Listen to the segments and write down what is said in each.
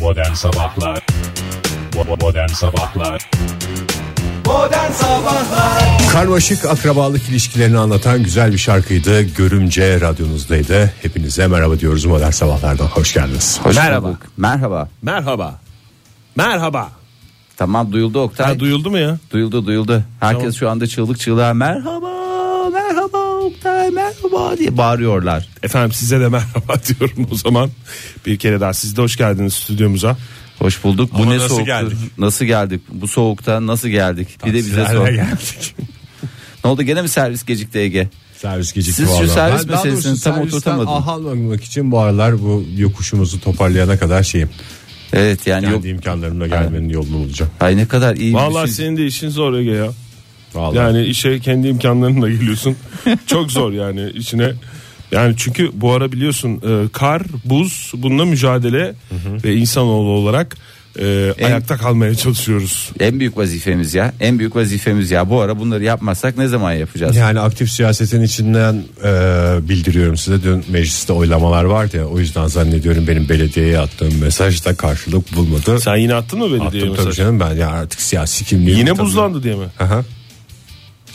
Modern Sabahlar Bo- Modern Sabahlar Karmaşık akrabalık ilişkilerini anlatan güzel bir şarkıydı. Görümce radyonuzdaydı. Hepinize merhaba diyoruz modern sabahlardan. Hoş geldiniz. Merhaba. Merhaba. Merhaba. Merhaba. Tamam duyuldu Oktay. Ha, duyuldu mu ya? duyuldu duyuldu. Herkes şu anda çığlık çığlığa merhaba merhaba Oktay merhaba diye bağırıyorlar. Efendim size de merhaba diyorum o zaman. Bir kere daha siz de hoş geldiniz stüdyomuza. Hoş bulduk. Bu Ama ne nasıl soğuktur? geldik? Nasıl geldik? Bu soğukta nasıl geldik? Bir de bize Sizlerle sor. geldik. Ne oldu gene mi servis gecikti Ege? Servis gecikti Siz şu vallahi. servis Ben daha doğrusu meselesini tam servisten oturtamadım. ah, aha almamak için bu aralar bu yokuşumuzu toparlayana kadar şeyim. Evet yani yok. Kendi imkanlarımla gelmenin yolunu bulacağım. Ay ne kadar iyi Vallahi bir şey. senin de işin zor Ege ya. Vallahi. Yani işe kendi imkanlarınla geliyorsun. Çok zor yani içine. Yani çünkü bu ara biliyorsun e, kar, buz bununla mücadele ve insanoğlu olarak e, ayakta kalmaya çalışıyoruz. En büyük vazifemiz ya. En büyük vazifemiz ya. Bu ara bunları yapmazsak ne zaman yapacağız? Yani aktif siyasetin içinden e, bildiriyorum size dün mecliste oylamalar vardı ya o yüzden zannediyorum benim belediyeye attığım mesaj da karşılık bulmadı. Sen yine attın mı belediyeye Attım tabii mesaj? canım ben ya artık siyasi kimliğim. Yine tabii- buzlandı diye mi? Aha.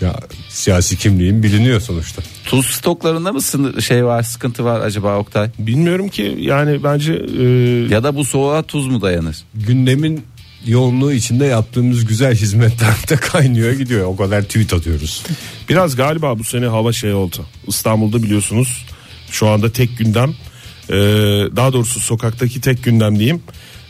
Ya siyasi kimliğim biliniyor sonuçta. Tuz stoklarında mı sınır, şey var sıkıntı var acaba Oktay? Bilmiyorum ki yani bence e, Ya da bu soğuğa tuz mu dayanır? Gündemin yoğunluğu içinde yaptığımız güzel hizmetler de kaynıyor gidiyor. O kadar tweet atıyoruz. Biraz galiba bu sene hava şey oldu. İstanbul'da biliyorsunuz şu anda tek gündem e, daha doğrusu sokaktaki tek gündem diyeyim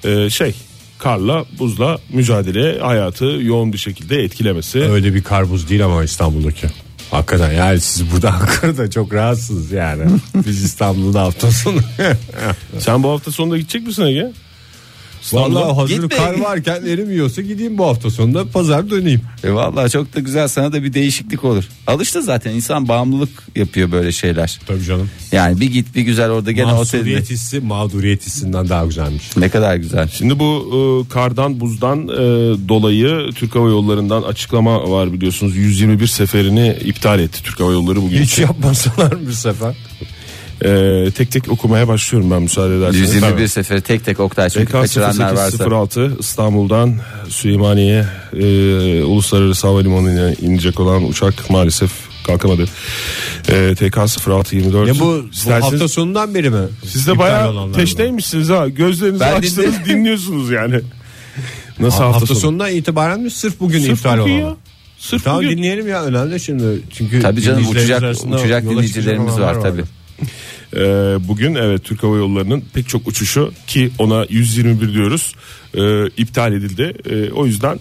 e, şey karla buzla mücadele hayatı yoğun bir şekilde etkilemesi. Öyle bir karbuz değil ama İstanbul'daki. Hakikaten yani siz burada Ankara'da çok rahatsınız yani. Biz İstanbul'da hafta sonu. Sen bu hafta sonunda gidecek misin Ege? Vallahi hazır Gitme. kar varken erimiyorsa gideyim bu hafta sonunda pazar döneyim. E vallahi çok da güzel sana da bir değişiklik olur. Alıştı zaten insan bağımlılık yapıyor böyle şeyler. Tabii canım. Yani bir git bir güzel orada gene otelde. Mağduriyet hissi mağduriyet hissinden daha güzelmiş. Ne kadar güzel. Şimdi bu e, kardan buzdan e, dolayı Türk Hava Yolları'ndan açıklama var biliyorsunuz 121 seferini iptal etti Türk Hava Yolları bugün. Hiç yapmasalar bir sefer. E, tek tek okumaya başlıyorum ben müsaade ederseniz. 121 Tamam. sefer tek tek Oktay çünkü BK kaçıranlar varsa. 0806 İstanbul'dan Süleymaniye e, Uluslararası Havalimanı'na inecek olan uçak maalesef kalkamadı. E, TK 0624. Ya bu, bu İsterseniz- hafta sonundan beri mi? siz de İptal bayağı olanlar var. teşneymişsiniz ha. Gözlerinizi Ben açtınız dinle- dinliyorsunuz yani. Nasıl Ha, hafta, hafta, sonu? sonundan itibaren mi sırf bugün Sırf iptal bugün olan? ya. Sırf Tamam bugün. dinleyelim ya önemli şimdi. Çünkü Tabii canım, dinleyicilerimiz uçacak- arasında uçacak yola dinleyicilerimiz çıkacak var olanlar tabii. E, bugün evet Türk Hava Yolları'nın pek çok uçuşu ki ona 121 diyoruz e, iptal edildi. E, o yüzden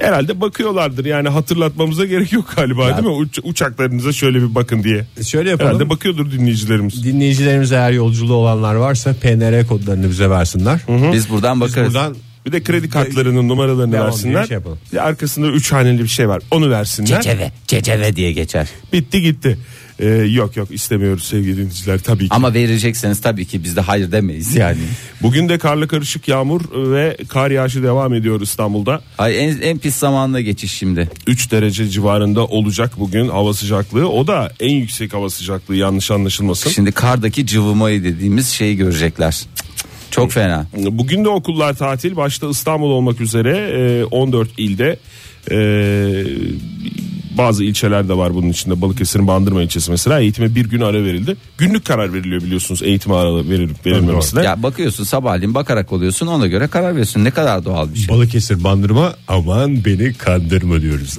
herhalde bakıyorlardır yani hatırlatmamıza gerek yok galiba değil mi? Uç- uçaklarınıza şöyle bir bakın diye. Şöyle E, şey yapalım. Herhalde bakıyordur dinleyicilerimiz. Dinleyicilerimiz eğer yolculuğu olanlar varsa PNR kodlarını bize versinler. Biz buradan bakarız. Buradan Bir de kredi kartlarının numaralarını Devam diye versinler. şey yapalım. Bir de arkasında üç haneli bir şey var. Onu versinler. Ceceve, ceceve diye geçer. Bitti gitti. Ee, yok yok istemiyoruz sevgili dinleyiciler tabii ki. Ama verecekseniz tabii ki biz de hayır demeyiz yani. Bugün de karla karışık yağmur ve kar yağışı devam ediyor İstanbul'da. Ay en, en pis zamanına geçiş şimdi. 3 derece civarında olacak bugün hava sıcaklığı. O da en yüksek hava sıcaklığı yanlış anlaşılmasın. Şimdi kardaki cıvımayı dediğimiz şeyi görecekler. Cık, cık, Çok fena. Bugün de okullar tatil. Başta İstanbul olmak üzere e, 14 ilde e, bazı ilçeler de var bunun içinde. Balıkesir'in Bandırma ilçesi mesela eğitime bir gün ara verildi. Günlük karar veriliyor biliyorsunuz eğitime ara verilip verilmemesine. Ya bakıyorsun sabahleyin bakarak oluyorsun ona göre karar veriyorsun. Ne kadar doğal bir şey. Balıkesir bandırma aman beni kandırma diyoruz.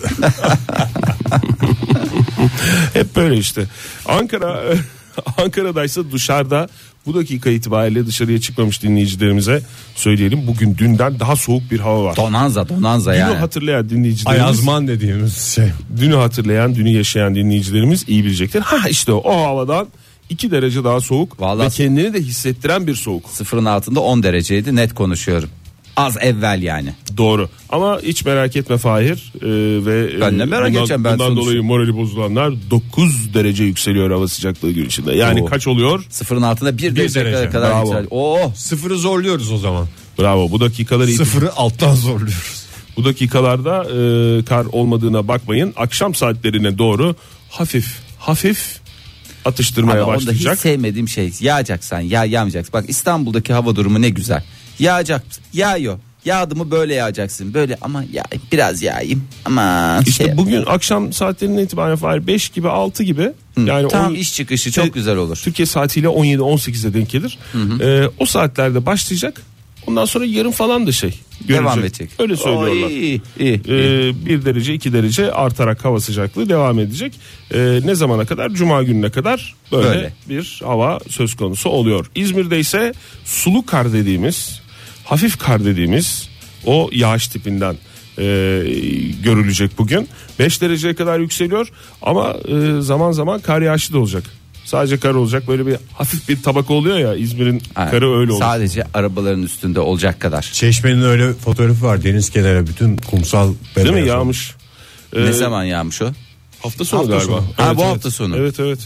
Hep böyle işte. Ankara Ankara'daysa dışarıda bu dakika itibariyle dışarıya çıkmamış dinleyicilerimize söyleyelim. Bugün dünden daha soğuk bir hava var. Donanza donanza Dünü yani. hatırlayan dinleyicilerimiz, Ayazman dediğimiz şey. dünü hatırlayan, dünü yaşayan dinleyicilerimiz iyi bilecektir. Ha işte o, o havadan 2 derece daha soğuk Vallahi- ve kendini de hissettiren bir soğuk. Sıfırın altında 10 dereceydi net konuşuyorum. Az evvel yani. Doğru. Ama hiç merak etme Fahir ee, ve Ben ne e, merak bundan, edeceğim ben bundan sonuçta. dolayı morali bozulanlar 9 derece yükseliyor hava sıcaklığı gün içinde. Yani Oo. kaç oluyor? Sıfırın altında 1 derece derece, kadar Oh! bravo. yükseldi. Oo, Sıfırı zorluyoruz o zaman. Bravo. Bu dakikaları itibariyle- Sıfırı alttan zorluyoruz. Bu dakikalarda e, kar olmadığına bakmayın. Akşam saatlerine doğru hafif hafif atıştırmaya Ama onda hiç başlayacak. sevmediğim şey yağacaksan ya yağmayacaksan. Bak İstanbul'daki hava durumu ne güzel. Yağacak. Yağıyor. Yağdı mı böyle yağacaksın. Böyle ama ya biraz yağayım. şey Ama İşte bugün akşam saatlerinden itibaren Fahir 5 gibi 6 gibi yani e, tam on- iş çıkışı çok Te- güzel olur. Türkiye saatiyle 17-18'e denk gelir. Ee, o saatlerde başlayacak. Ondan sonra yarın falan da şey görülecek. Devam edecek. Öyle söylüyorlar. Oo, iyi, iyi, iyi. Ee, bir derece iki derece artarak hava sıcaklığı devam edecek. Ee, ne zamana kadar? Cuma gününe kadar böyle, Böyle. bir hava söz konusu oluyor. İzmir'de ise sulu kar dediğimiz, hafif kar dediğimiz o yağış tipinden e, görülecek bugün. 5 dereceye kadar yükseliyor ama e, zaman zaman kar yağışı da olacak. Sadece kar olacak böyle bir hafif bir tabaka oluyor ya İzmir'in Ha, karı öyle olur. Sadece arabaların üstünde olacak kadar. Çeşmenin öyle fotoğrafı var deniz kenarı bütün kumsal Değil mi bembeyaz olmuş. yağmış? Ee, ne zaman yağmış o? Hafta sonu Hafta galiba. sonu. Ha, bu hafta sonu. Evet evet.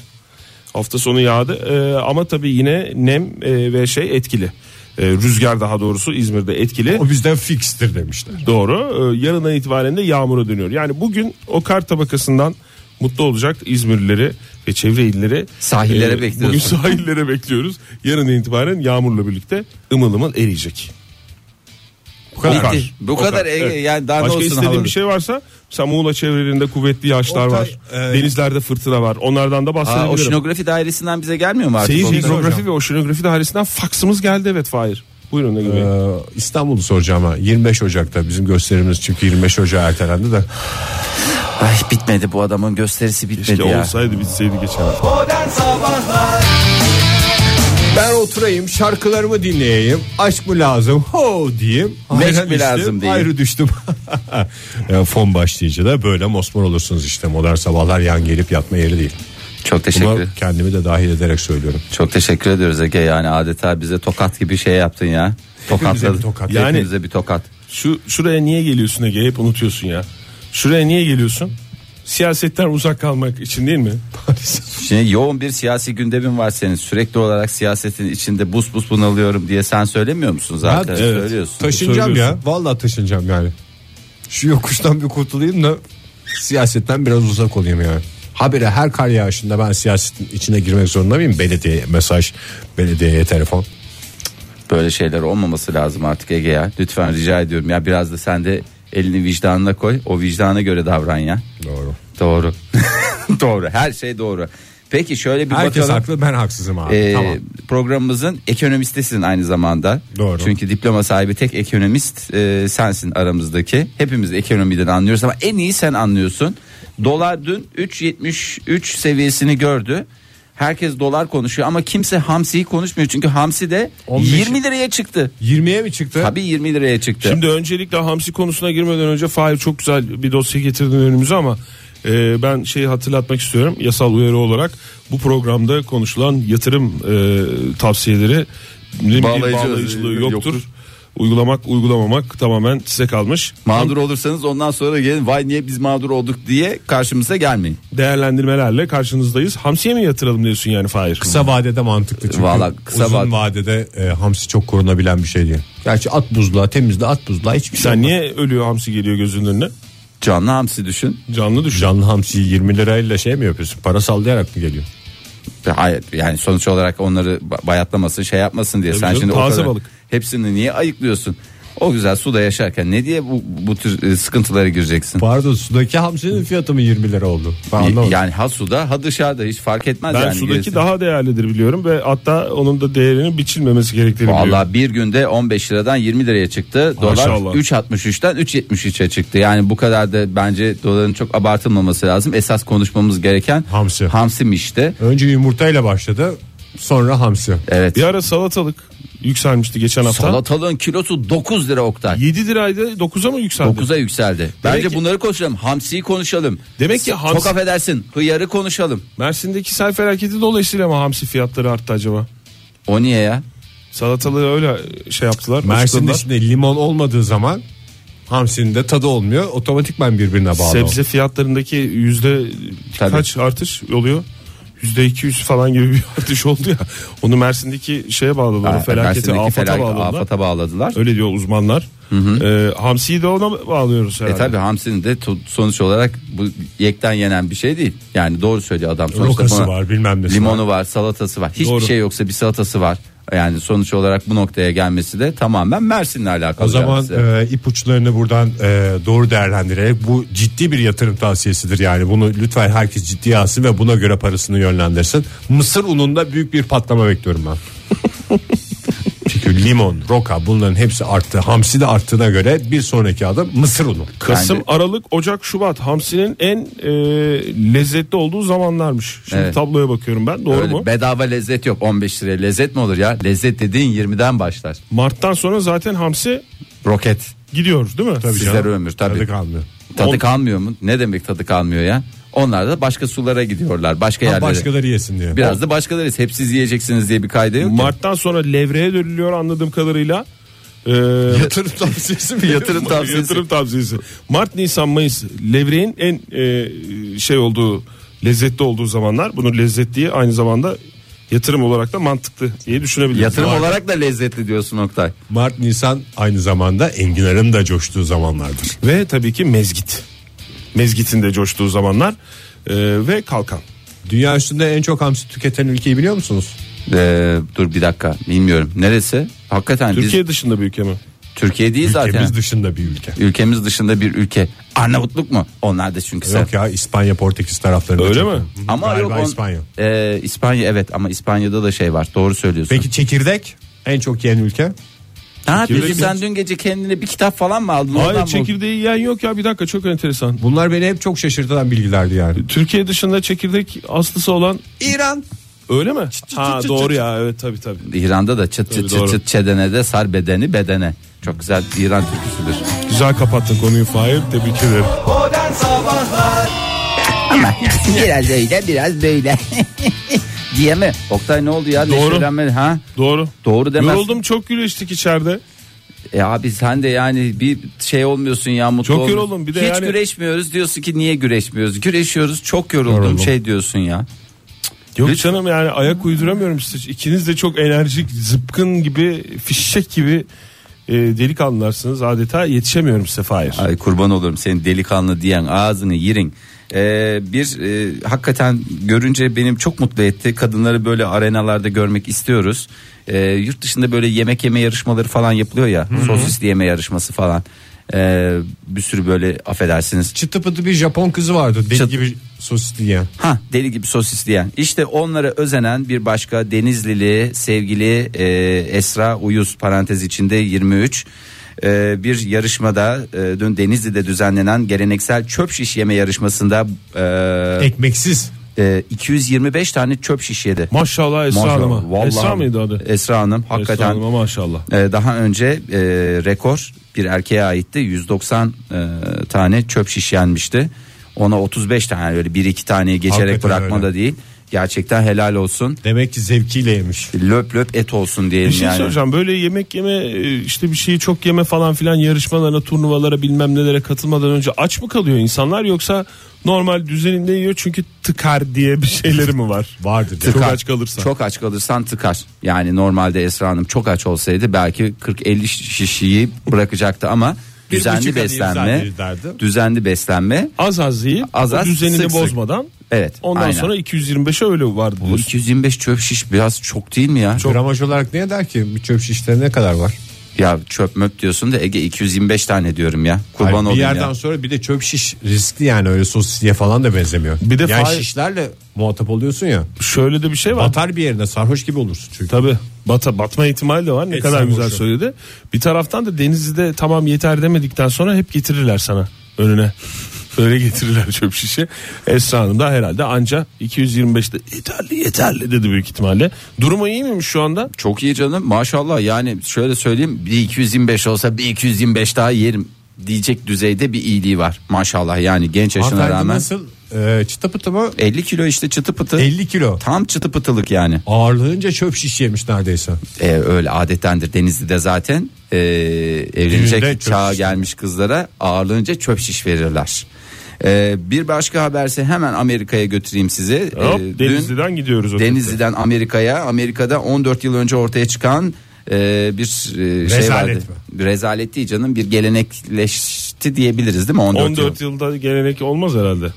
Hafta sonu yağdı Ee, ama tabii yine nem e, ve şey etkili. Ee, rüzgar daha doğrusu İzmir'de etkili. O bizden fikstir demişler. Doğru. Ee, yarından itibaren de yağmura dönüyor. Yani bugün o kar tabakasından mutlu olacak İzmirlileri ve çevre illeri. Sahillere bekliyoruz. Bugün sahillere bekliyoruz. Yarından itibaren yağmurla birlikte ımıl ımıl eriyecek. Bu kadar. Bitti. Bu O kadar, e, yani daha ne Başka olsun istediğin havada. bir şey varsa mesela Muğla çevrelerinde kuvvetli yağışlar Oktay, var. e, Denizlerde fırtına var. Onlardan da Aa, bahsedebilirim. oşinografi dairesinden bize gelmiyor mu artık? Seyir Ondan- hidrografi ve oşinografi dairesinden faksımız geldi evet Fahir. Buyurun Ege Bey. Ee, İstanbul'u soracağım ha. 25 Ocak'ta bizim gösterimiz çünkü 25 Ocak'a ertelendi de. Ay bitmedi bu adamın gösterisi bitmedi Keşke ya. olsaydı bitseydi geçen hafta. Ben oturayım şarkılarımı dinleyeyim. Aşk mı lazım? Ho diyeyim. Meşk Ayrı mi düştüm, lazım diyeyim. Ayrı düştüm. Ya fon başlayınca da böyle mosmor olursunuz işte. Modern sabahlar yan gelip yatma yeri değil. Çok teşekkür Bunu kendimi de dahil ederek söylüyorum. Çok teşekkür ediyoruz Ege yani adeta bize tokat gibi şey yaptın ya. Tokatladın. bir tokat. Yani, Yani- Hepimize bir tokat. Şu şuraya niye geliyorsun Ege? Hep unutuyorsun ya. Şuraya niye geliyorsun? Siyasetten uzak kalmak için değil mi? Şimdi yoğun bir siyasi gündemin var senin. Sürekli olarak siyasetin içinde bus bus bunalıyorum diye sen söylemiyor musun zaten? Ben- evet. Söylüyorsun. Taşınacağım ya. Söylüyorsun. Vallahi taşınacağım yani. Şu yokuştan bir kurtulayım da siyasetten biraz uzak olayım yani. Habire her kar yağışında ben siyasetin içine girmek zorunda mıyım? Belediye mesaj, belediyeye telefon. Böyle şeyler olmaması lazım artık Ege ya. Lütfen rica ediyorum ya biraz da sen de elini vicdanına koy. O vicdana göre davran ya. Doğru. Doğru. doğru. Her şey doğru. Peki şöyle bir Herkes bakalım. haklı ben haksızım abi. Ee, tamam. Programımızın ekonomistisin aynı zamanda. Doğru. Çünkü diploma sahibi tek ekonomist e, sensin aramızdaki. Hepimiz ekonomiden anlıyoruz ama en iyi sen anlıyorsun. Dolar dün 3.73 seviyesini gördü. Herkes dolar konuşuyor ama kimse hamsiyi konuşmuyor. Çünkü hamsi de 15 20 liraya çıktı. 20'ye mi çıktı? Tabii 20 liraya çıktı. Şimdi öncelikle hamsi konusuna girmeden önce Fahir çok güzel bir dosya getirdin önümüze ama e, ben şeyi hatırlatmak istiyorum yasal uyarı olarak bu programda konuşulan yatırım e, tavsiyeleri bir Bağlayıcı bağlayıcılığı özelliği yoktur. yoktur. Uygulamak uygulamamak tamamen size kalmış. mağdur olursanız ondan sonra gelin vay niye biz mağdur olduk diye karşımıza gelmeyin. Değerlendirmelerle karşınızdayız. Hamsiye mi yatıralım diyorsun yani Fahir? Kısa vadede mantıklı çünkü. Vallahi kısa uzun vade- vadede e, hamsi çok korunabilen bir şey değil. Gerçi at buzluğa temizle at buzluğa hiçbir şey Sen olmaz. niye ölüyor hamsi geliyor gözünün önüne? Canlı hamsi düşün. Canlı düşün. Canlı hamsiyi 20 lirayla şey mi yapıyorsun? Para sallayarak mı geliyor? Hayır yani sonuç olarak onları ba- bayatlamasın şey yapmasın diye. Sen canım, şimdi o taze kadar balık. hepsini niye ayıklıyorsun? O güzel suda yaşarken ne diye bu, bu tür e, sıkıntılara gireceksin? Pardon sudaki hamsinin fiyatı mı 20 lira oldu? Ben Y- anlamadım. Yani ha suda ha dışarıda hiç fark etmez Ben yani. sudaki Gerisi- daha değerlidir biliyorum ve hatta onun da değerinin biçilmemesi gerektiğini biliyorum. Vallahi bir günde 15 liradan 20 liraya çıktı. Dolar Maşallah. 3.63'ten 3.73'e çıktı. Yani bu kadar da bence doların çok abartılmaması lazım. Esas konuşmamız gereken Hamsi. hamsimişti. Önce yumurtayla başladı sonra hamsi. Evet. Bir ara salatalık yükselmişti geçen hafta. Salatalığın kilosu 9 lira Oktay. 7 liraydı 9'a mı yükseldi? 9'a yükseldi. Bence ki- bunları konuşalım. Hamsiyi konuşalım. Demek ki hamsi- Çok affedersin. Hıyarı konuşalım. Mersin'deki sel felaketi dolayısıyla mı hamsi fiyatları arttı acaba? O niye ya? Salatalığı öyle şey yaptılar. Mersin'de açıkladılar. şimdi limon olmadığı zaman hamsinin de tadı olmuyor. Otomatikman birbirine bağlı. sebze fiyatlarındaki yüzde Tabii. kaç artış oluyor? Yüzde 200 falan gibi bir artış oldu ya. Onu Mersin'deki şeye bağladılar. o Ha, felaketi Mersin'deki afata felaket- bağladılar. afata bağladılar. Öyle diyor uzmanlar. Ee, hamsiyi de ona bağlıyoruz herhalde. E tabi hamsinin de to- sonuç olarak bu yekten yenen bir şey değil. Yani doğru söylüyor adam. Sonuçta Rokası buna- var, bilmem nesi Limonu var, salatası var. Hiçbir Doğru. şey yoksa bir salatası var. Yani sonuç olarak bu noktaya gelmesi de tamamen Mersin'le alakalı. O zaman kendisi. e, ipuçlarını buradan e, doğru değerlendirerek bu ciddi bir yatırım tavsiyesidir yani bunu lütfen herkes ciddiye alsın ve buna göre parasını yönlendirsin. Mısır ununda büyük bir patlama bekliyorum ben. Çünkü limon, roka bunların hepsi arttı. Hamsi de arttığına göre bir sonraki adım mısır unu. Kasım, Bence- Aralık, Ocak, Şubat hamsinin en e, lezzetli olduğu zamanlarmış. Şimdi Evet. tabloya bakıyorum ben doğru Öyle mu? Bedava lezzet yok 15 liraya lezzet mi olur ya? Lezzet dediğin 20'den başlar. Mart'tan sonra zaten hamsi Roket. gidiyoruz değil mi? Tabii Sizler ömür tabii. Tadı Tadı, kalmıyor. On- kalmıyor mu? Ne demek tadı kalmıyor ya? Onlar da başka sulara gidiyorlar. Başka Ha, yerlere. başkaları yesin diye. Biraz da başkaları. Hep siz yiyeceksiniz diye bir kayda yok. ki. Mart'tan sonra levreye dönülüyor anladığım kadarıyla. Ee, Yatırım tavsiyesi mi? Yatırım tavsiyesi. Yatırım tavsiyesi. Mart, Nisan, Mayıs levreğin en e, şey olduğu lezzetli olduğu zamanlar. Bunun lezzetliği aynı zamanda yatırım olarak da mantıklı diye düşünebiliriz. Yatırım Bu arada olarak da lezzetli diyorsun Oktay. Mart, Nisan aynı zamanda enginarın da coştuğu zamanlardır. Ve tabii ki mezgit. Mezgitin de coştuğu zamanlar e, ve kalkan. Dünya üstünde en çok hamsi tüketen ülkeyi biliyor musunuz? Ee, dur bir dakika bilmiyorum. Neresi? Hakikaten Türkiye, Türkiye dışında bir ülke mi? biz Türkiye değil zaten. Ülkemiz dışında bir ülke. Ülkemiz dışında bir ülke. Arnavutluk mu? Onlar da çünkü sen. Yok ya İspanya Portekiz taraflarında. Öyle çok. mi? Ama Galiba yok on- İspanya. Ee, İspanya evet ama İspanya'da da şey var. Doğru söylüyorsun. Peki çekirdek en çok yiyen ülke? ha, çekirdek peki mi? sen dün gece kendine bir kitap falan mı aldın? Oradan Hayır mı- çekirdeği yiyen yok ya bir dakika çok enteresan. Bunlar beni hep çok şaşırtılan bilgilerdi yani. Türkiye dışında çekirdek aslısı olan İran. öyle mi? Ha çıt doğru ya evet tabii tabii. İran'da da çıt çıt Tabii, çıt doğru. çıt çedene de sar bedeni bedene. Çok güzel İran türküsüdür. Güzel kapattın konuyu Fahir tebrik ederim. biraz öyle biraz böyle. Diye mi? Oktay ne oldu ya? Doğru. Neşelenme- Ha? Doğru. Doğru demez. Yoruldum çok güleştik içeride. E abi sen de yani bir şey olmuyorsun ya mutlu Çok olmuyorsun. yoruldum bir de Hiç yani- güreşmiyoruz diyorsun ki niye güreşmiyoruz? Güreşiyoruz çok yoruldum, Yoruldum. şey diyorsun ya. Yok Hiç- canım yani ayak uyduramıyorum size. İkiniz de çok enerjik, zıpkın gibi, fişek gibi e, delikanlılarsınız. Adeta yetişemiyorum size Fahir. Ay kurban olurum senin delikanlı diyen ağzını yirin. Ee, bir e, hakikaten görünce benim çok mutlu etti. Kadınları böyle arenalarda görmek istiyoruz. Ee, yurt dışında böyle yemek yeme yarışmaları falan yapılıyor ya. Sosisli yeme yarışması falan. Ee, bir sürü böyle affedersiniz Çıtı pıtı bir Japon kızı vardı deli Çıt- gibi sosis yiyen. Ha deli gibi sosis diyen. İşte onlara özenen bir başka Denizlili sevgili e, Esra Uyuz parantez içinde 23 e, bir yarışmada e, dün Denizli'de düzenlenen geleneksel çöp şiş yeme yarışmasında e, Ekmeksiz. e, 225 tane çöp şiş yedi. Maşallah Esra Maşallah, Hanım'a. vallahi. Esra mıydı adı? Esra Hanım hakikaten. Esra Hanım'a maşallah. Ee, daha önce e, rekor bir erkeğe aitti. 190 e, tane çöp şiş yenmişti. Ona 35 tane öyle bir iki taneyi geçerek Hakikaten bırakma öyle. da değil. Gerçekten helal olsun. Demek ki zevkiyle yemiş. Löp löp et olsun Bir diyelim şey yani. söyleyeceğim böyle yemek yeme e, işte bir şeyi çok yeme falan filan yarışmalarına turnuvalara bilmem nelere katılmadan önce aç mı kalıyor insanlar yoksa normal düzeninde yiyor çünkü tıkar diye bir şey? şeyleri mi var? Vardır. Çok Tıkar. aç kalırsa. Çok aç kalırsan tıkar. Yani normalde Esra Hanım çok aç olsaydı belki 40-50 şişeyi bırakacaktı ama Bir düzenli buçuk adı beslenme. imzalayı derdi. Düzenli beslenme. Az az yiyip Az o az, düzenini sık sık. bozmadan Evet. ondan aynen. sonra 225'e öyle vardı. Bu diyorsun. 225 çöp şiş biraz çok değil mi ya? Gramaj olarak ne der ki? Bir çöp şişte ne kadar var? Ya çöp möp diyorsun da Ege 225 tane diyorum ya. Kurban Hayır, olayım bir yerden ya. sonra bir de çöp şiş riskli yani öyle sosisliğe falan da benzemiyor. Bir de yani faiz- şişlerle muhatap oluyorsun ya. Şöyle de bir şey var. Batar bir yerine sarhoş gibi olursun çünkü. Tabi bata, batma ihtimali de var ne Et kadar güzel sarhoşu. söyledi. Bir taraftan da Denizli'de tamam yeter demedikten sonra hep getirirler sana önüne. Öyle getirirler çöp şişe. Esra Hanım da herhalde anca 225'te yeterli yeterli dedi büyük ihtimalle. Durumu iyi miymiş şu anda? Çok iyi canım maşallah yani şöyle söyleyeyim bir 225 olsa bir 225 daha yerim diyecek düzeyde bir iyiliği var. Maşallah yani genç yaşına Hanımefendi rağmen. E- nasıl? Ee, çıtı pıtı mı? 50 kilo işte çıtı pıtı. 50 kilo. Tam çıtı pıtılık yani. Ağırlığınca çöp şiş yemiş neredeyse. Ee, öyle adettendir Denizli'de zaten ee, Düğünde evlenecek çöp çağa şiş. gelmiş kızlara ağırlığınca çöp şiş verirler. Ee, bir başka haberse hemen Amerika'ya götüreyim sizi. Hop, Ee, dün- Denizli'den gidiyoruz. o tarafa. Denizli'den Amerika'ya, Amerika'da 14 yıl önce ortaya çıkan e, bir e, şey Rezalet vardı. Rezalet değil canım, bir gelenekleşti diyebiliriz değil mi 14, 14 yıl? yılda gelenek olmaz herhalde.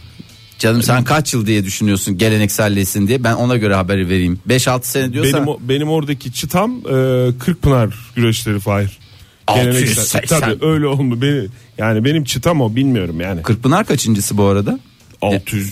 Canım sen kaç yıl diye düşünüyorsun gelenekselleşsin diye. Ben ona göre haberi vereyim. 5-6 sene diyorsan Benim o- benim oradaki çıtam e, Kırkpınar güreşleri Fahir. 680. Tabii öyle oldu. Beni, yani benim çıtam o bilmiyorum yani. Kırkpınar kaçıncısı bu arada? 600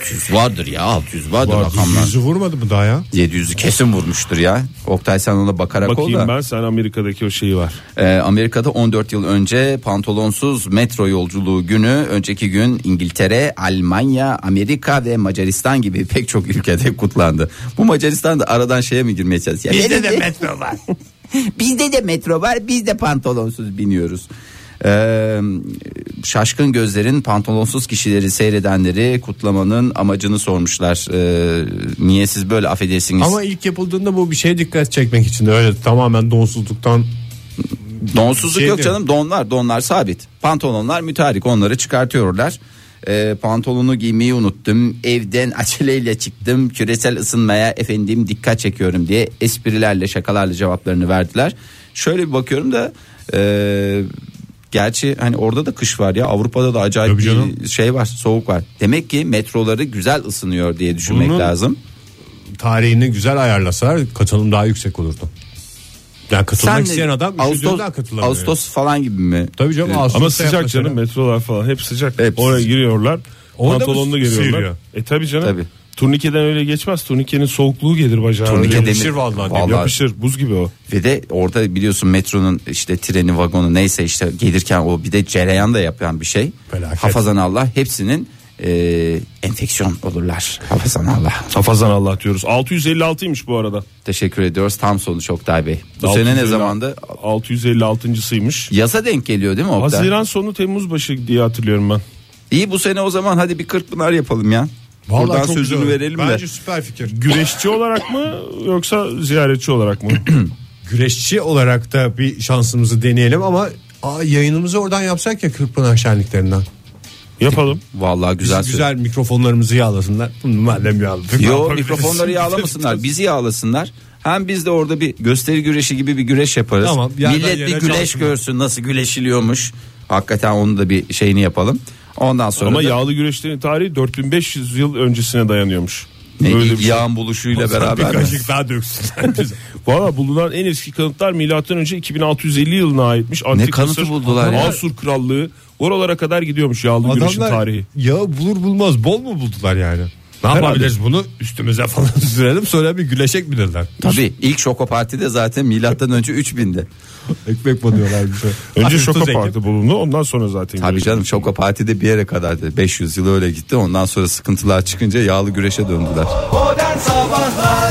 600 vardır ya 600 vardır, rakamlar. Yüzü vurmadı mı daha ya? 700'ü kesin vurmuştur ya. Oktay sen ona bakarak ol da. bakayım ben sen Amerika'daki o şeyi var. Ee, Amerika'da 14 yıl önce pantolonsuz metro yolculuğu günü önceki gün İngiltere, Almanya, Amerika ve Macaristan gibi pek çok ülkede kutlandı. Bu Macaristan da aradan şeye mi girmeye çalışıyor? Bizde de metro var. bizde de metro var biz de pantolonsuz biniyoruz. Ee, şaşkın gözlerin pantolonsuz kişileri seyredenleri kutlamanın amacını sormuşlar. Ee, niye siz böyle affedersiniz? Ama ilk yapıldığında bu bir şeye dikkat çekmek için de öyle tamamen donsuzluktan Donsuzluk Şey yok diyorum. canım donlar donlar sabit pantolonlar mütarik onları çıkartıyorlar Ee, pantolonu giymeyi unuttum evden aceleyle çıktım küresel ısınmaya efendim dikkat çekiyorum diye esprilerle şakalarla cevaplarını verdiler şöyle bir bakıyorum da e, gerçi hani orada da kış var ya Avrupa'da da acayip Tabii canım. bir şey var soğuk var demek ki metroları güzel ısınıyor diye düşünmek Bunun- lazım tarihini güzel ayarlasalar katılım daha yüksek olurdu. Yani katılmak Sen de isteyen adam şey Ağustos, Ağustos, katılamıyor. Ağustos falan gibi mi Tabii canım Ee, Ağustos. Ama sıcak canım metrolar falan hep sıcak. Hep Oraya sıcak. giriyorlar. Orada mı pantolonlu sıyırıyor? geliyorlar. E tabii canım. Tabii. Turnikeden öyle geçmez. Turnikenin soğukluğu gelir bacağına. Turnike demir- Öyle yapışır vallahi. Vallahi. Yapışır. Buz gibi o. Ve de orada biliyorsun metronun işte treni vagonu neyse işte gelirken o bir de cereyan da yapan bir şey. Felaket. Hafazan Allah hepsinin e, enfeksiyon olurlar. Hafazan Allah. Hafazan Allah diyoruz. 656'ymış bu arada. Teşekkür ediyoruz. Tam sonuç Oktay Bey. Bu sene 650 ne zamandı? 656.sıymış. Yaza denk geliyor değil mi Oktay? Haziran sonu Temmuz başı diye hatırlıyorum ben. İyi bu sene o zaman hadi bir 40 pınar yapalım ya. Vallahi Buradan çok sözünü güzel olur. verelim Bence de. süper fikir. Güreşçi olarak mı yoksa ziyaretçi olarak mı? Güreşçi olarak da bir şansımızı deneyelim ama aa, yayınımızı oradan yapsak ya Kırkpınar şenliklerinden. Yapalım. Vallahi güzel. Güzel, söz. güzel mikrofonlarımızı yağlasınlar. Hı, Madem yağladık. Yo mikrofonları yağlamasınlar bizi yağlasınlar. Hem biz de orada bir gösteri güreşi gibi bir güreş yaparız. Tamam, yerden Millet yere bir güleş çalsınlar. görsün nasıl güleşiliyormuş. Hakikaten onu da bir şeyini yapalım. Ondan sonra Ama da yağlı güreşlerin tarihi 4500 yıl öncesine dayanıyormuş. ne, Böyle bir şey. yağın buluşuyla beraber. mi? Birazcık daha döksünler bize. Valla bulunan en eski kanıtlar milattan önce 2650 yılına aitmiş. Antik kanıtı Mısır, buldular ya? Asur Krallığı oralara kadar gidiyormuş yağlı güreşin Adamlar tarihi. yağı bulur bulmaz bol mu buldular yani? Ne yapabiliriz bunu üstümüze falan sürelim sonra bir güleşek bilirler. Tabii ilk şoko parti de zaten milattan önce 3000'de. Ekmek banıyorlar şey. bize. Önce Hafif şoka tuz ekip. parti bulundu ondan sonra zaten. Tabii güreş. canım şoko parti de bir yere kadardı. 500 yıl öyle gitti. Ondan sonra sıkıntılar çıkınca yağlı güreşe döndüler.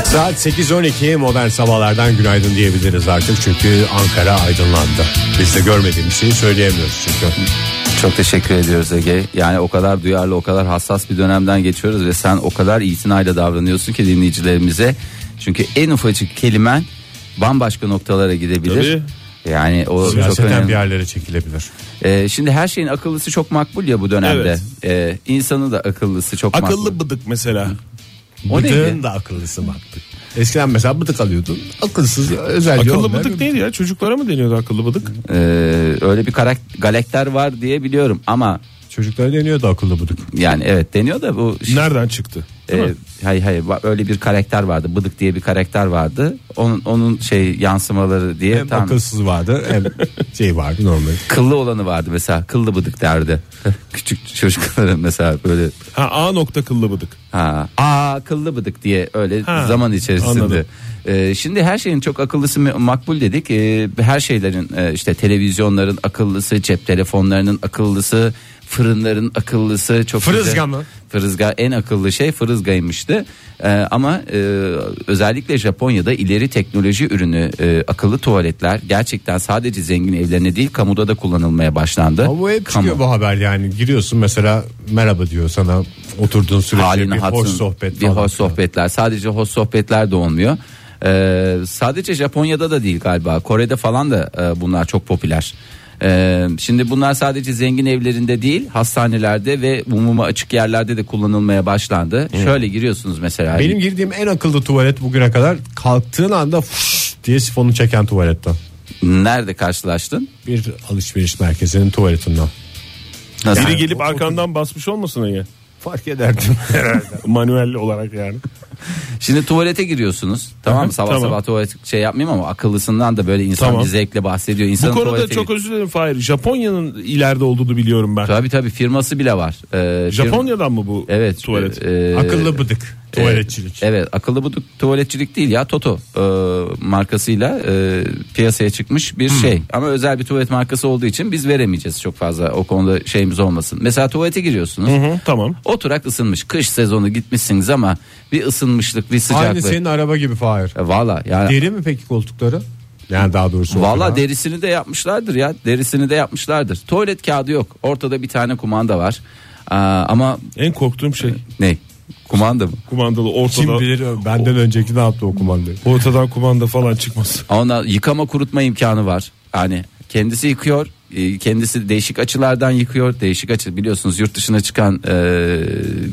Saat 8.12 modern sabahlardan günaydın diyebiliriz artık çünkü Ankara aydınlandı. Biz de görmediğimiz şeyi söyleyemiyoruz çünkü. Çok teşekkür ediyoruz Ege. Yani o kadar duyarlı, o kadar hassas bir dönemden geçiyoruz ve sen o kadar itinayla davranıyorsun ki dinleyicilerimize. Çünkü en ufacık kelimen bambaşka noktalara gidebilir. Yani o çok Siyaseten bir önemli. yerlere çekilebilir. Ee, şimdi her şeyin akıllısı çok makbul ya bu dönemde. Ee, insanı da akıllısı çok makbul. Akıllı bıdık mesela. O neydi? Bıdığın da akıllısı baktı. Eskiden mesela bıdık alıyordun. Akılsız özelliği Akıllı olmayan bıdık bir- neydi ya çocuklara mı deniyordu akıllı bıdık? Ee, öyle bir karakter galakter var diye biliyorum ama Çocuklara deniyordu akıllı bıdık. yani evet deniyor da bu Nereden çıktı? Değil mi? Ee, hayır hayır va- öyle bir karakter vardı. Bıdık diye bir karakter vardı. Onun onun şey yansımaları diye Hem tam akılsız vardı hem şey vardı normal. kıllı olanı vardı mesela. Kıllı bıdık derdi. Küçük çocuklara mesela böyle Ha A nokta kıllı bıdık. ha aa kıllı bıdık diye öyle Ha, zaman içerisinde. anladım. Ee, şimdi her şeyin çok akıllısı mı- makbul dedik. Ee, her şeylerin e, işte televizyonların akıllısı, cep telefonlarının akıllısı, fırınların akıllısı çok Fırızga güzel. mı? Fırızga en akıllı şey fırızgaymıştı. Ee, ama e, özellikle Japonya'da ileri teknoloji ürünü e, akıllı tuvaletler gerçekten sadece zengin evlerine değil kamuda da kullanılmaya başlandı. Ama bu hep Kamu. çıkıyor bu haber yani. Giriyorsun mesela merhaba diyor sana oturduğun sürece haline şey, bir hatsın, hoş sohbet bir falan. hoş sohbetler sadece hoş sohbetler de olmuyor Ee, sadece Japonya'da da değil galiba Kore'de falan da e, bunlar çok popüler Ee, şimdi bunlar sadece zengin evlerinde değil hastanelerde ve umuma açık yerlerde de kullanılmaya başlandı şöyle giriyorsunuz mesela Benim girdiğim en akıllı tuvalet bugüne kadar kalktığın anda fuş diye sifonu çeken tuvaletten. nerede karşılaştın Bir alışveriş merkezinin tuvaletinden. Nasıl? Biri gelip arkandan basmış olmasın ya. Fark ederdim. Manuel olarak yani. Şimdi tuvalete giriyorsunuz. Tamam mı? Sabah tamam. sabah tuvalet şey yapmayayım ama akıllısından da böyle insan Tamam. bir zevkle bahsediyor. İnsanın Bu konuda tuvalete çok gir- özür dilerim Fahir. Japonya'nın ileride olduğunu biliyorum ben. Tabii tabii firması bile var. Ee, firma- Japonya'dan mı bu Evet. tuvalet? e, e, Akıllı bıdık. Tuvaletçilik. Evet akıllı bu tuvaletçilik değil ya Toto e, markasıyla e, piyasaya çıkmış bir şey. Ama özel bir tuvalet markası olduğu için biz veremeyeceğiz çok fazla o konuda şeyimiz olmasın. Mesela tuvalete giriyorsunuz. Hı, tamam. Oturak ısınmış. Kış sezonu gitmişsiniz ama bir ısınmışlık, bir Aynı sıcaklık. senin araba gibi Fahir. E, Valla yani Deri mi peki koltukları? Yani daha doğrusu. Valla oturan. derisini de yapmışlardır ya. Derisini de yapmışlardır. Tuvalet kağıdı yok. Ortada bir tane kumanda var. Aa, ama En korktuğum şey ne? Kumanda mı? kumandalı ortada. Kim bilir benden önceki ne yaptı o kumandayı. Ortadan kumanda falan çıkması. Ona yıkama kurutma imkanı var. Yani kendisi yıkıyor. e, Kendisi değişik açılardan yıkıyor. Değişik açı biliyorsunuz yurt dışına çıkan e,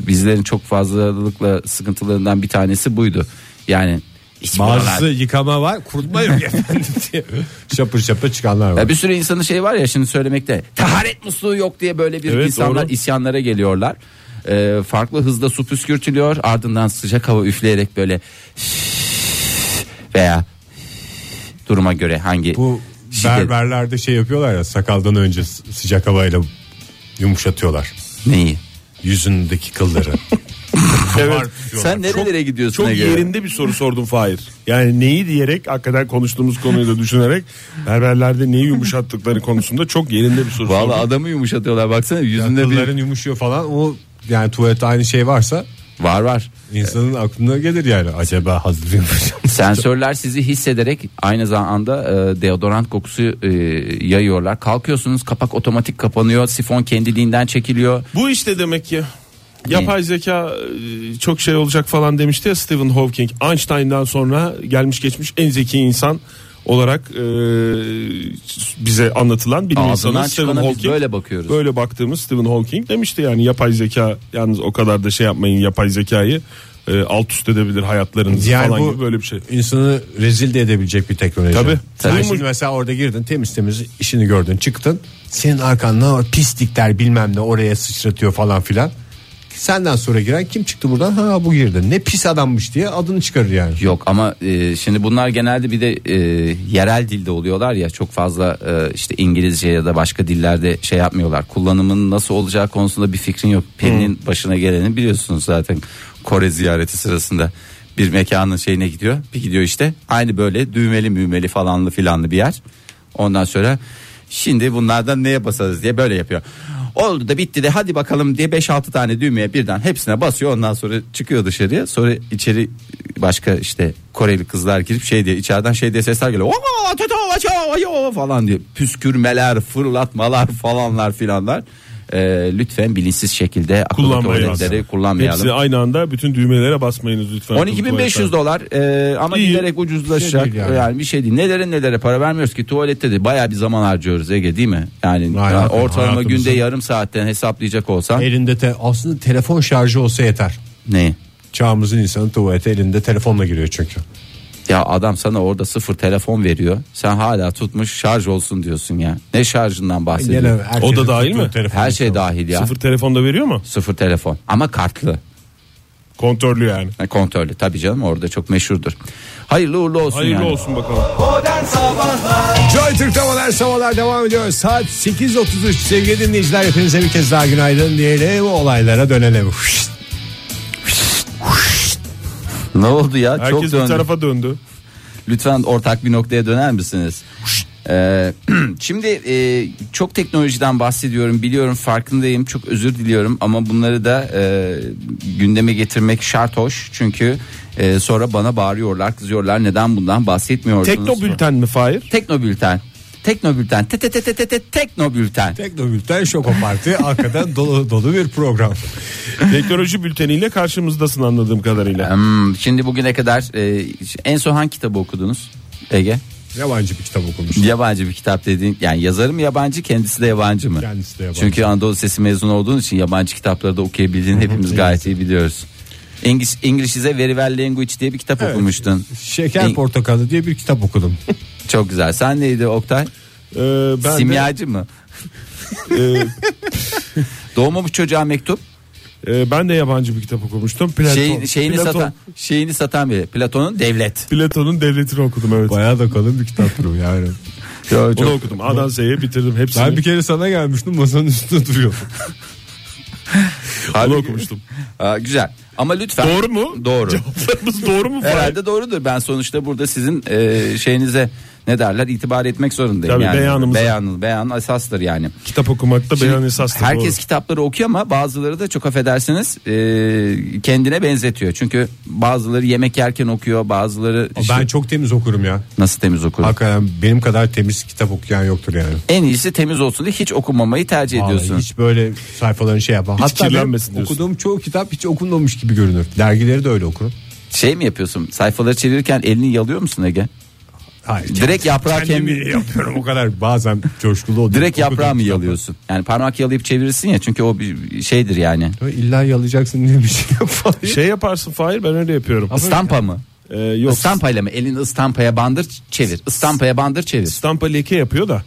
bizlerin çok fazlalıkla sıkıntılarından bir tanesi buydu. Yani hiç Bazısı şey- buralar- yıkama var kurutma yok efendim diye. Şapır şapır çıkanlar var. Ya bir sürü insanın şey var ya şimdi söylemekte taharet musluğu yok diye böyle bir Evet, insanlar doğru. isyanlara geliyorlar. E, farklı hızda su püskürtülüyor ardından sıcak hava üfleyerek böyle veya duruma göre hangi Bu şiddet- berberlerde şey yapıyorlar ya sakaldan önce sı- sıcak havayla yumuşatıyorlar. neyi Yüzündeki kılları. Evet. Sen nerelere gidiyorsun Çok Ege? yerinde bir soru sordum Fahir. Yani neyi diyerek hakikaten konuştuğumuz konuyu da düşünerek berberlerde neyi yumuşattıkları konusunda çok yerinde bir soru Valla sordum. adamı yumuşatıyorlar baksana yüzünde bir Kılların yumuşuyor falan o yani tuvalette aynı şey varsa var var. insanın aklına gelir yani acaba hazır yumuşam. Sensörler sizi hissederek aynı zamanda e, deodorant kokusu e, yayıyorlar. Kalkıyorsunuz kapak otomatik kapanıyor. Sifon kendiliğinden çekiliyor. Bu işte demek ki yapay zeka e, çok şey olacak falan demişti ya Stephen Hawking. Einstein'dan sonra gelmiş geçmiş en zeki insan olarak e, bize anlatılan bilim Ağzından insanı Stephen çıkana biz Hawking. böyle bakıyoruz. Böyle baktığımız Stephen Hawking demişti yani yapay zeka yalnız o kadar da şey yapmayın yapay zekayı e, alt üst edebilir hayatlarınızı Yani falan bu- gibi böyle bir şey. İnsanı rezil de edebilecek bir teknoloji. Tabii. Tabii. Sen şimdi mesela orada girdin temiz temiz işini gördün çıktın. Senin arkanda var pislikler bilmem ne oraya sıçratıyor falan filan. Senden sonra giren kim çıktı buradan? Ha bu girdi. Ne pis adammış diye adını çıkarır yani. Yok ama e, şimdi bunlar genelde bir de e, yerel dilde oluyorlar ya çok fazla e, işte İngilizce ya da başka dillerde şey yapmıyorlar. Kullanımının nasıl olacağı konusunda bir fikrin yok. Pelin'in başına geleni biliyorsunuz zaten Kore ziyareti sırasında bir mekanın şeyine gidiyor. Bir gidiyor işte aynı böyle düğmeli müğmeli falanlı filanlı bir yer. Ondan sonra şimdi bunlardan neye basarız diye böyle yapıyor. Oldu da bitti de hadi bakalım diye 5-6 tane düğmeye birden hepsine basıyor. Ondan sonra çıkıyor dışarıya. Sonra içeri başka işte Koreli kızlar girip şey diye içeriden şey diye sesler geliyor. "Oo, tütü, aça, ayo" falan diye püskürmeler, fırlatmalar falanlar filanlar. Ee, lütfen bilinçsiz şekilde akıllı Kullanmayalım. tuvaletleri kullanmayalım. Hepsini aynı anda bütün düğmelere basmayınız lütfen. 12.500 dolar e, ama İyi. giderek ucuzlaşacak Bir şey değil yani. yani. bir şey değil nelere nelere para vermiyoruz ki tuvalette de baya bir zaman harcıyoruz Ege değil mi yani Hayatım, yani ortalama hayatımızın- günde yarım saatten hesaplayacak olsan Elinde te- aslında telefon şarjı olsa yeter. ne Çağımızın insanı tuvalete elinde telefonla giriyor çünkü. ya adam sana orada sıfır telefon veriyor sen hala tutmuş şarj olsun diyorsun ya ne şarjından Gene bahsediyorsun herkesin O da dahil tuttuğu mi? telefon her işte şey o. dahil ya Sıfır sıfır, telefonda veriyor mu? telefon ama kartlı Kontörlü yani. Yani kontörlü tabii canım orada çok meşhurdur hayırlı uğurlu olsun Hayırlı yani. olsun bakalım. Joy Türk'te modern sabahlar devam ediyor. Saat 8.33 sevgili dinleyiciler hepinize bir kez daha günaydın diyelim olaylara dönelim. ne oldu ya çok Herkes bir döndü. tarafa döndü. Lütfen ortak bir noktaya döner misiniz? Ee, şimdi e, çok teknolojiden bahsediyorum biliyorum farkındayım çok özür diliyorum ama bunları da e, gündeme getirmek şart hoş çünkü e, sonra bana bağırıyorlar kızıyorlar neden bundan bahsetmiyorsunuz? Teknobülten mi Fahir? Teknobülten. Teknobülten. Te te te te te te teknobülten. Teknobülten Şoko Parti hakikaten dolu dolu bir program. Teknoloji bülteniyle karşımızdasın anladığım kadarıyla. Hmm, şimdi bugüne kadar e, en son hangi kitabı okudunuz? Ege. Yabancı bir kitap okumuş. Yabancı bir kitap dediğin yani yazarı mı yabancı kendisi de yabancı mı? Kendisi de yabancı. Çünkü Anadolu Sesi mezunu olduğun için yabancı kitapları da okuyabildiğini hepimiz gayet iyi biliyoruz. İngiliz İngilizce Very Well Language diye bir kitap okumuştun. Şeker İng- Portakalı diye bir kitap okudum. Çok güzel. Sen neydi Oktay? Ee, ben de, Simyacı mı? e, Doğmamış çocuğa mektup. E, ben de yabancı bir kitap okumuştum. Platon. Şey, şeyini Platon- satan şeyini satan biri. Platon'un devlet. Platon'un devletini okudum evet. Bayağı da kalın bir kitap bu yani. Onu okudum. A'dan Z'ye bitirdim hepsini. Ben bir kere sana gelmiştim masanın üstünde duruyor. Onu Halbuki- okumuştum. Aa, güzel. Ama lütfen. Doğru mu? Doğru. Cevaplarımız doğru mu? Herhalde doğrudur. Ben sonuçta burada sizin e, şeyinize ne derler itibar etmek zorundayım. Tabii, yani. beyanımıza. Beyan, beyan esastır yani. Kitap okumakta Şimdi beyan esastır. Herkes doğru. kitapları okuyor ama bazıları da çok affedersiniz e, kendine benzetiyor. Çünkü bazıları yemek yerken okuyor bazıları işte, Ben çok temiz okurum ya. nasıl temiz okur. Hakikaten benim kadar temiz kitap okuyan yoktur yani. En iyisi temiz olsun diye hiç okumamayı tercih ediyorsun. Vallahi Hiç böyle sayfaların şey yapma. Hatta benim kirlenmesin diyorsun. okuduğum çoğu kitap hiç okunmamış gibi görünür. Dergileri de öyle okurum. Şey mi yapıyorsun sayfaları çevirirken elini yalıyor musun Ege? Hayır. Direkt yaprağı kendimi kendi- yapıyorum o kadar bazen coşkulu oluyor. Direkt yaprağı mı Okuduğum yalıyorsun? Yani parmak yalayıp çevirirsin ya çünkü o bir şeydir yani. kitap. İlla yalayacaksın diye bir şey yapalım. Şey yaparsın Fahir ben öyle yapıyorum. Istampa mı? Ee, yok İstampayla mı? Elini ıstampaya bandır çevir. İstampaya bandır çevir. stampa leke yapıyor da.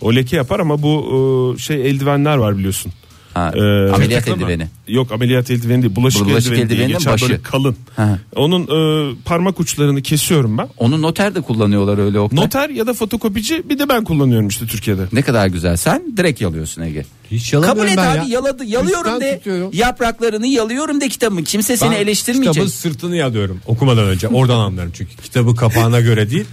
O leke yapar ama bu e, şey eldivenler var biliyorsun. Ha, Ee, ameliyat tıklama. eldiveni. Yok ameliyat eldiveni değil. Bulaşık, Bulaşık eldiveni diye eldiveninin geçer, başı. böyle kalın. Ha. Onun e, parmak uçlarını kesiyorum ben. Onu noter de kullanıyorlar öyle Oktay. Noter ya da fotokopici bir de ben kullanıyorum işte Türkiye'de. Ne kadar güzel. Sen direkt yalıyorsun Ege. Hiç Kabul yalamıyorum et ben abi ya. yaladı, yalıyorum Üstten de tutuyorum. yapraklarını yalıyorum de kitabımı. Kimse seni Ben eleştirmeyecek. Kitabın sırtını yalıyorum okumadan önce. Oradan anlarım çünkü kitabı kapağına göre değil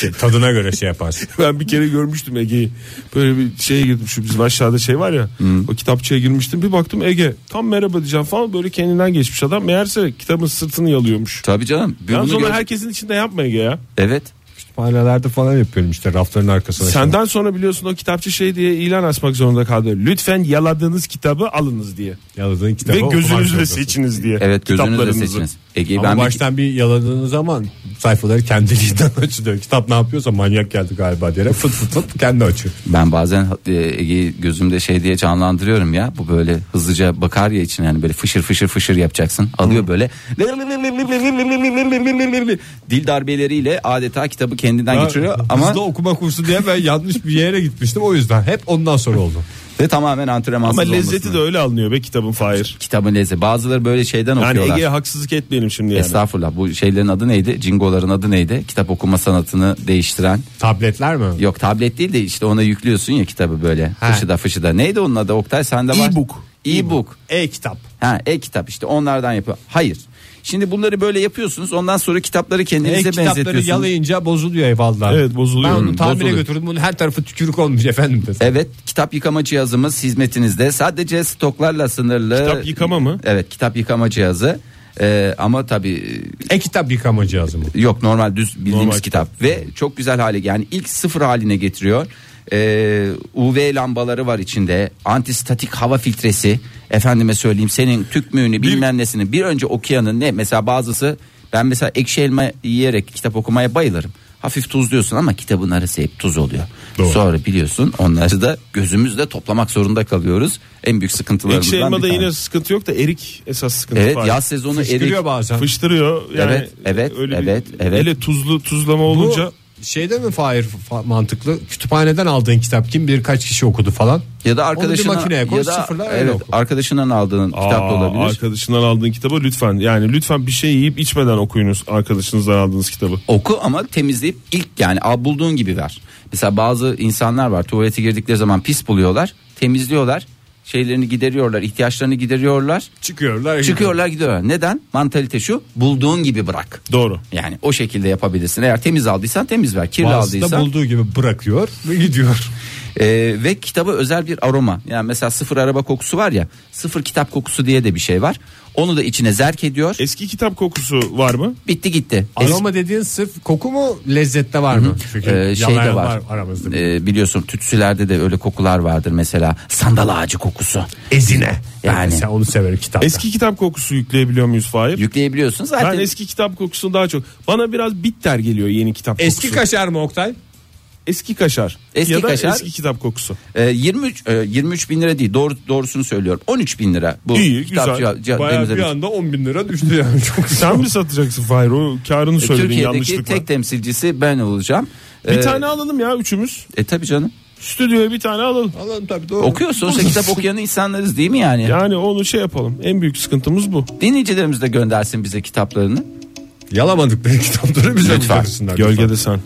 şey, tadına göre şey yaparsın. Ben bir kere görmüştüm Ege'yi. Böyle bir şeye girdim şu bizim aşağıda şey var ya. O kitapçıya girmiştim. Bir baktım Ege tam merhaba diyeceğim falan böyle kendinden geçmiş adam. Meğerse kitabın sırtını yalıyormuş. Tabii canım. Bir Yalnız bunu onu gör- herkesin içinde yapma Ege ya. Evet. Kütüphanelerde falan yapıyorum işte rafların arkasına. Senden sonra biliyorsun o kitapçı şey diye ilan asmak zorunda kaldı. Lütfen yaladığınız kitabı alınız diye. şey- yaladığın kitabı Ve okumak gözünüzle zorundasın. seçiniz diye. Evet gözünüzle Kitaplarınızı. seçiniz. Ege Ama ben bir- baştan bir yaladığınız zaman sayfaları kendiliğinden açılıyor. Kitap ne yapıyorsa manyak geldi galiba diyerek fıt fıt fıt kendi açıyor. ben bazen e, Ege'yi gözümde şey diye canlandırıyorum ya. Bu böyle hızlıca bakar ya içine yani böyle fışır fışır fışır yapacaksın. Alıyor böyle. Dil darbeleriyle adeta kitabı kendinden geçiriyor ama Hızlı okuma kursu diye ben yanlış bir yere gitmiştim o yüzden. Hep ondan sonra oldu. ve tamamen antrenmansız Ama lezzeti olmasına. de öyle alınıyor be kitabın Fahir. kitabın lezzeti. Bazıları böyle şeyden Yani okuyorlar. Ege'ye haksızlık etmeyelim şimdi yani. Estağfurullah. Bu şeylerin adı neydi? Cingoların adı neydi? Kitap okuma sanatını değiştiren. Tabletler mi? Yok tablet değil de işte ona yüklüyorsun ya kitabı böyle. Ha. Fışıda fışıda. Neydi onun adı Oktay? Sende var. E-book. E-book. E-kitap. Ha e-kitap işte onlardan yapıyor. Hayır. Şimdi bunları böyle yapıyorsunuz. Ondan sonra kitapları kendinize E-kitapları benzetiyorsunuz. E, yalayınca bozuluyor eyvallah. Evet, bozuluyor. Ben onu Hmm, tamire bozuluyor. götürdüm bunun her tarafı tükürük olmuş efendim. dedi. Evet kitap yıkama cihazımız hizmetinizde sadece stoklarla sınırlı. Kitap yıkama mı? Evet kitap yıkama cihazı. Ee, ama tabii E-kitap E, yıkama cihazı mı? Yok normal düz bildiğimiz Normal kitap. ve çok güzel hale yani ilk sıfır haline getiriyor. Ee, UV lambaları var içinde antistatik hava filtresi efendime söyleyeyim senin tükmüğünü bilmem nesini bir önce okuyanın ne mesela bazısı ben mesela ekşi elma yiyerek kitap okumaya bayılırım hafif tuzluyorsun ama kitabın arası hep tuz oluyor Doğru. sonra biliyorsun onları da gözümüzle toplamak zorunda kalıyoruz en büyük sıkıntılarımızdan Ekşi elmada bir şey yine tanesi. sıkıntı yok da erik esas sıkıntı evet Fahir. yaz sezonu erik Fışkırıyor bazen. Fıştırıyor. Yani Evet, evet, öyle bir- evet, evet. Hele tuzlu tuzlama Bu olunca şeyde mi Fahir fa- mantıklı? Kütüphaneden aldığın kitap kim bilir kaç kişi okudu falan. Ya da Onu arkadaşına bir makineye koy ya da sıfırla öyle evet, oku. arkadaşından aldığın kitap da Aa, olabilir. Arkadaşından aldığın kitabı lütfen yani lütfen bir şey yiyip içmeden okuyunuz arkadaşınızdan aldığınız kitabı. Oku ama temizleyip ilk yani al bulduğun gibi ver. Mesela bazı insanlar var tuvalete girdikleri zaman pis buluyorlar, temizliyorlar, şeylerini gideriyorlar, ihtiyaçlarını gideriyorlar, Çıkıyorlar. çıkıyorlar gidiyorlar. Neden? Mantalite şu, bulduğun gibi bırak. Doğru. Yani o şekilde yapabilirsin. Eğer temiz aldıysan temiz ver, kirli Bazısı da aldıysan bulduğu gibi bırakıyor ve gidiyor. Ee, ve kitaba özel bir aroma. Yani mesela sıfır araba kokusu var ya, sıfır kitap kokusu diye de bir şey var. Onu da içine zerk ediyor. Eski kitap kokusu var mı? Bitti gitti. Aroma dediğin sırf koku mu lezzette var mı? Çünkü Ee, şey yalayan de var. aramızda. Ee, biliyorsun tütsülerde de öyle kokular vardır mesela sandal ağacı kokusu. Ezine. Yani. Yani. Sen onu severim kitapta. Eski kitap kokusu yükleyebiliyor muyuz Fahir? Yükleyebiliyorsun zaten. ben eski kitap kokusunu daha çok. Bana biraz bitter geliyor yeni kitap Eski kokusu. kaşar mı Oktay? eski kaşar. Eski ya da kaşar. eski kitap kokusu. Ee, 23 e, 23 bin lira değil doğru doğrusunu söylüyorum 13 bin lira bu İyi, güzel. cih- cih- Bayağı denize- bir anda 10 bin lira düştü yani. Çok güzel. Sen mi satacaksın Fahir? O karını Ee, söyledin Türkiye'deki yanlışlıkla. tek temsilcisi ben olacağım. Bir Ee, tane alalım ya üçümüz. E tabi canım. Stüdyoya bir tane alalım. Alalım tabii doğru. Okuyoruz sonuçta kitap okuyan insanlarız değil mi yani? Yani onu şey yapalım. En büyük sıkıntımız bu. Dinleyicilerimiz de göndersin bize kitaplarını. Yalamadıkları kitapları bize Lütfen. göndersinler. Gölgede sen.